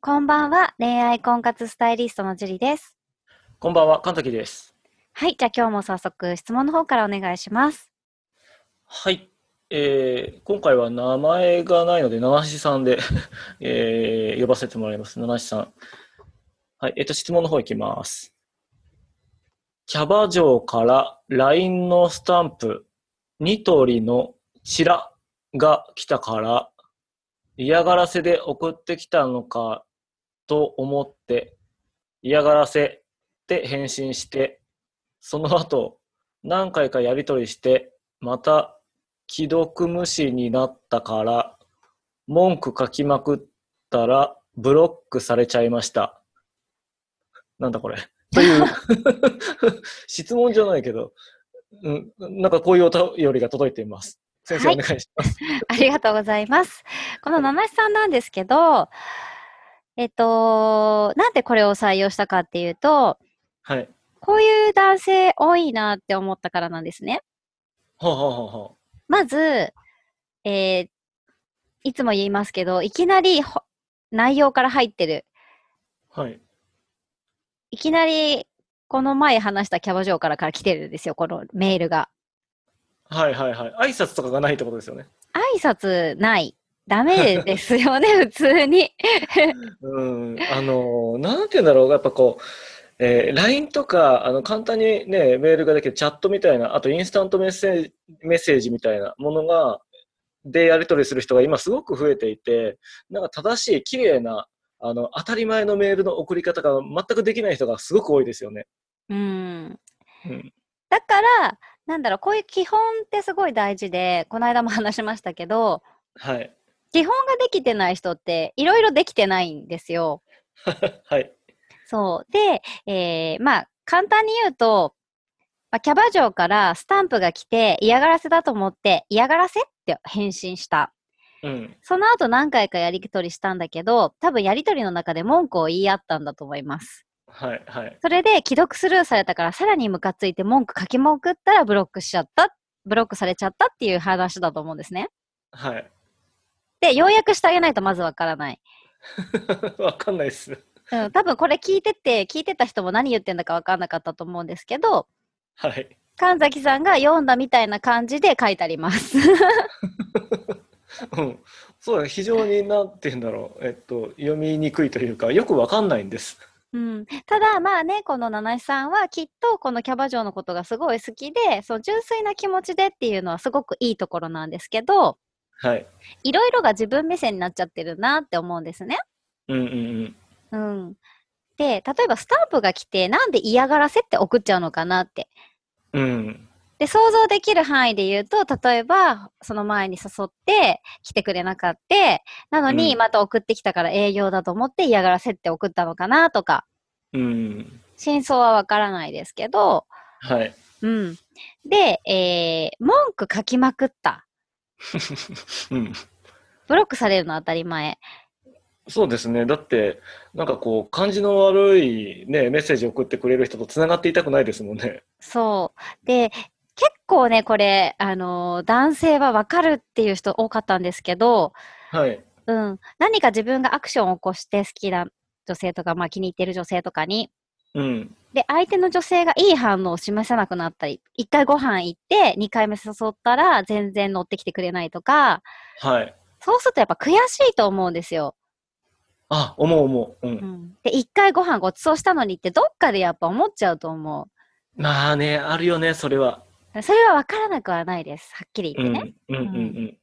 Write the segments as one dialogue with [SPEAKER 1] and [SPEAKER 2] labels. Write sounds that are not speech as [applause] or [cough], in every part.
[SPEAKER 1] こんばんは、恋愛婚活スタイリストのジュリです。
[SPEAKER 2] こんばんは、神崎です。
[SPEAKER 1] はい、じゃあ今日も早速質問の方からお願いします。 [laughs]
[SPEAKER 2] はい。えー今回は名前がないので、七七さんで、 [laughs] えー呼ばせてもらいます。七七さん。はい。えっ、と、質問の方いきます。キャバ嬢から LINE のスタンプ、ニトリのチラが来たから、嫌がらせで送ってきたのかと思って、嫌がらせって返信して、その後、何回かやりとりして、また既読無視になったから文句書きまくったらブロックされちゃいましたなんだこれという [laughs] 質問じゃないけど、うん、なんかこういうお便りが届いています先生
[SPEAKER 1] はい
[SPEAKER 2] お願いします、
[SPEAKER 1] ありがとうございます。この七七さんなんですけど、えっと、なんでこれを採用したかっていうと、
[SPEAKER 2] はい、
[SPEAKER 1] こういう男性多いなって思ったからなんですね。
[SPEAKER 2] ほうほうほうほ
[SPEAKER 1] まず、えーいつも言いますけど、いきなりほ内容から入ってる。
[SPEAKER 2] うはい
[SPEAKER 1] いきなり、この前話したキャバ嬢からから来てるんですよ、このメールが。
[SPEAKER 2] はいはいはい挨拶とかがないってことですよね
[SPEAKER 1] 挨拶ない。ダメですよ [laughs] ね、普通に。
[SPEAKER 2] うんあのなんて言うんだろう、やっぱこう、えー LINE とか、あの、簡単にね、メールができるチャットみたいな、あとインスタントメッセージ、メッセージみたいなものが、でやり取りする人が今すごく増えていて、なんか正しい、綺麗な、あの、当たり前のメールの送り方が全くできない人がすごく多いですよね。
[SPEAKER 1] うん。
[SPEAKER 2] うん。
[SPEAKER 1] だから、なんだろう、こういう基本ってすごい大事で、この間も話しましたけど、
[SPEAKER 2] はい。 [laughs]
[SPEAKER 1] 基本ができてない人って、いろいろできてないんですよ。
[SPEAKER 2] はい。
[SPEAKER 1] そう。で、えーまあ、簡単に言うと、まあ、キャバ嬢からスタンプが来て、嫌がらせだと思って、嫌がらせって返信した。
[SPEAKER 2] うん。
[SPEAKER 1] その後何回かやり取りしたんだけど、多分やり取りの中で文句を言い合ったんだと思います。
[SPEAKER 2] はい。はい。
[SPEAKER 1] それで既読スルーされたから、さらにムカついて文句書きまくったらブロックしちゃった、ブロックされちゃったっていう話だと思うんですね。
[SPEAKER 2] はい。 [laughs]
[SPEAKER 1] で、要約してあげないとまずわからない。
[SPEAKER 2] わかんないっす。
[SPEAKER 1] うん、多分これ聞いてて、聞いてた人も何言ってんだかわかんなかったと思うんですけど、
[SPEAKER 2] はい。
[SPEAKER 1] 神崎さんが読んだみたいな感じで書いてあります。 [laughs]
[SPEAKER 2] うん、そうだね非常になんて言うんだろう、えっと、読みにくいというかよくわかんないんです。
[SPEAKER 1] うん、ただまあねこの七井さんはきっとこのキャバ嬢のことがすごい好きでその純粋な気持ちでっていうのはすごくいいところなんですけど
[SPEAKER 2] はい、
[SPEAKER 1] いろいろが自分目線になっちゃってるなって思うんですね。
[SPEAKER 2] うんうんうん、
[SPEAKER 1] うん、で例えばスタンプが来てなんで嫌がらせって送っちゃうのかなって。
[SPEAKER 2] うん、
[SPEAKER 1] で想像できる範囲で言うと例えばその前に誘って来てくれなかったなのに
[SPEAKER 2] うん
[SPEAKER 1] また送ってきたから営業だと思って嫌がらせって送ったのかなとか
[SPEAKER 2] うん、
[SPEAKER 1] 真相はわからないですけど。
[SPEAKER 2] はい。
[SPEAKER 1] うん。で、えー文句書きまくった。
[SPEAKER 2] うん、
[SPEAKER 1] ブロックされるのは当たり前。
[SPEAKER 2] そうですね。だって、なんかこう、感じの悪いね、メッセージを送ってくれる人とつながっていたくないですもんね。
[SPEAKER 1] そう。で、結構ね、これ、あのー男性はわかるっていう人多かったんですけど、
[SPEAKER 2] はい、
[SPEAKER 1] うん。何か自分がアクションを起こして好きな女性とか、まあ気に入ってる女性とかに、
[SPEAKER 2] うん、
[SPEAKER 1] で、相手の女性がいい反応を示さなくなったり、一回ご飯行って、二回目誘ったら全然乗ってきてくれないとか、
[SPEAKER 2] はい。
[SPEAKER 1] そうするとやっぱ悔しいと思うんですよ。
[SPEAKER 2] あ、思う思う。う。
[SPEAKER 1] うんんで一回ご飯ごちそうしたのにってどっかでやっぱ思っちゃうと思
[SPEAKER 2] まあね、あるよね、それは。
[SPEAKER 1] うそれは分からなくはないですはっきり
[SPEAKER 2] う
[SPEAKER 1] 言っ
[SPEAKER 2] ん、
[SPEAKER 1] て
[SPEAKER 2] うん、
[SPEAKER 1] ね、
[SPEAKER 2] うん、うん。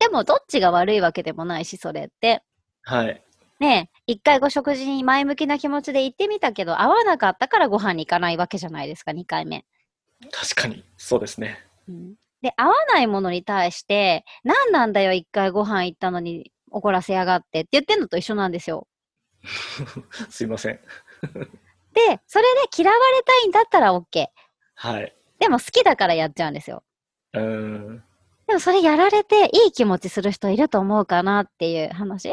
[SPEAKER 1] でもどっちが悪いわけでもないしそれって
[SPEAKER 2] はい。
[SPEAKER 1] ねえ一回ご食事に前向きな気持ちで行ってみたけど合わなかったからご飯に行かないわけじゃないですか2回目、
[SPEAKER 2] 確かに、そうですね。
[SPEAKER 1] うんで合わないものに対して何なんだよ一回ご飯行ったのに怒らせやがってって言ってんのと一緒なんですよ
[SPEAKER 2] すいません。
[SPEAKER 1] でそれで嫌われたいんだったら OK
[SPEAKER 2] はい。
[SPEAKER 1] でも好きだからやっちゃうんですよ
[SPEAKER 2] うん。
[SPEAKER 1] でもそれやられていい気持ちする人いると思うかなっていう話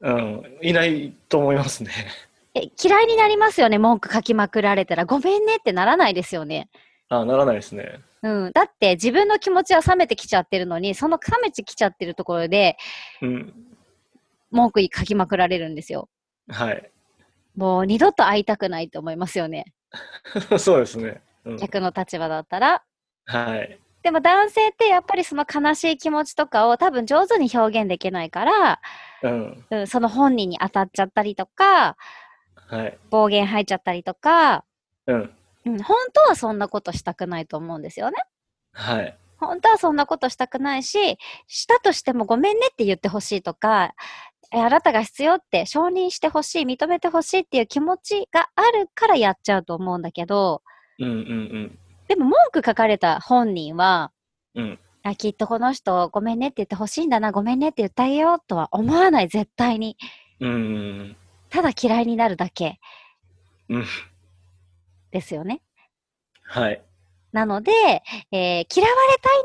[SPEAKER 2] うん、いないと思いますね。
[SPEAKER 1] え嫌いになりますよね文句書きまくられたらごめんねってならないですよね。
[SPEAKER 2] あ、ならないですね。
[SPEAKER 1] うん、だって自分の気持ちは冷めてきちゃってるのにその冷めてきちゃってるところで
[SPEAKER 2] うん。
[SPEAKER 1] 文句書きまくられるんですよ。
[SPEAKER 2] はい。 [laughs]
[SPEAKER 1] もう二度と会いたくないと思いますよね。
[SPEAKER 2] そうですね。うん、
[SPEAKER 1] 逆の立場だったら。
[SPEAKER 2] はい。
[SPEAKER 1] でも男性ってやっぱりその悲しい気持ちとかを多分上手に表現できないから、
[SPEAKER 2] うん。
[SPEAKER 1] うん、その本人に当たっちゃったりとか、
[SPEAKER 2] はい。
[SPEAKER 1] 暴言吐いちゃったりとか、
[SPEAKER 2] うん。
[SPEAKER 1] うん、本当はそんなことしたくないと思うんですよね。
[SPEAKER 2] はい。
[SPEAKER 1] 本当はそんなことしたくないし、したとしてもごめんねって言ってほしいとか、えあなたが必要って承認してほしい、認めてほしいっていう気持ちがあるからやっちゃうと思うんだけど、
[SPEAKER 2] うんうん
[SPEAKER 1] でも文句書かれた本人は、
[SPEAKER 2] うん。うん。
[SPEAKER 1] あきっとこの人ごめんねって言ってほしいんだな、ごめんねって言ってあげようとは思わない、絶対に。
[SPEAKER 2] うん。
[SPEAKER 1] ただ嫌いになるだけ
[SPEAKER 2] うん。
[SPEAKER 1] ですよね。
[SPEAKER 2] はい。
[SPEAKER 1] なので、えー嫌われたいん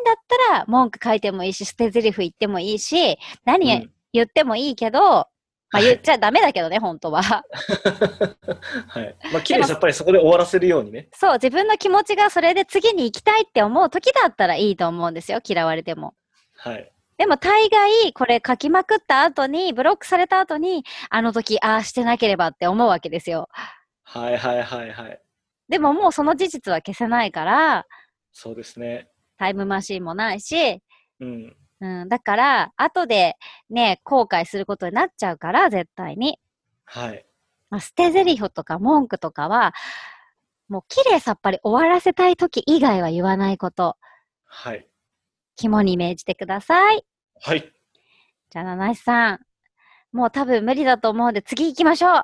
[SPEAKER 1] だったら文句書いてもいいし、捨て台詞言ってもいいし、何
[SPEAKER 2] うん [laughs]
[SPEAKER 1] 言ってもいいけど、まあ、
[SPEAKER 2] はい
[SPEAKER 1] 言っちゃダメだけどね、本当は。 [laughs]
[SPEAKER 2] はい。まあ、きれいさっぱりそこで終わらせるようにね。
[SPEAKER 1] そう、自分の気持ちがそれで次に行きたいって思う時だったらいいと思うんですよ、嫌われても。
[SPEAKER 2] はい。
[SPEAKER 1] でも大概、これ書きまくった後に、ブロックされた後に、あの時、ああしてなければって思うわけですよ。
[SPEAKER 2] はいはいはいはい。
[SPEAKER 1] でももうその事実は消せないから、
[SPEAKER 2] そうですね。
[SPEAKER 1] タイムマシーンもないし、
[SPEAKER 2] うん。
[SPEAKER 1] うん、だから、後でね、後悔することになっちゃうから、絶対に。
[SPEAKER 2] はい。
[SPEAKER 1] まあ、捨て台詞とか文句とかは、もう綺麗さっぱり終わらせたい時以外は言わないこと。
[SPEAKER 2] はい。
[SPEAKER 1] 肝に銘じてください。
[SPEAKER 2] はい。
[SPEAKER 1] じゃあ、七井さん。もう多分無理だと思うので、次行きましょう。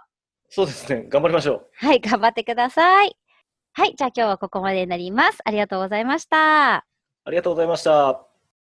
[SPEAKER 2] そうですね。頑張りましょう。
[SPEAKER 1] はい、頑張ってください。はい、じゃあ今日はここまでになります。ありがとうございました。
[SPEAKER 2] ありがとうございました。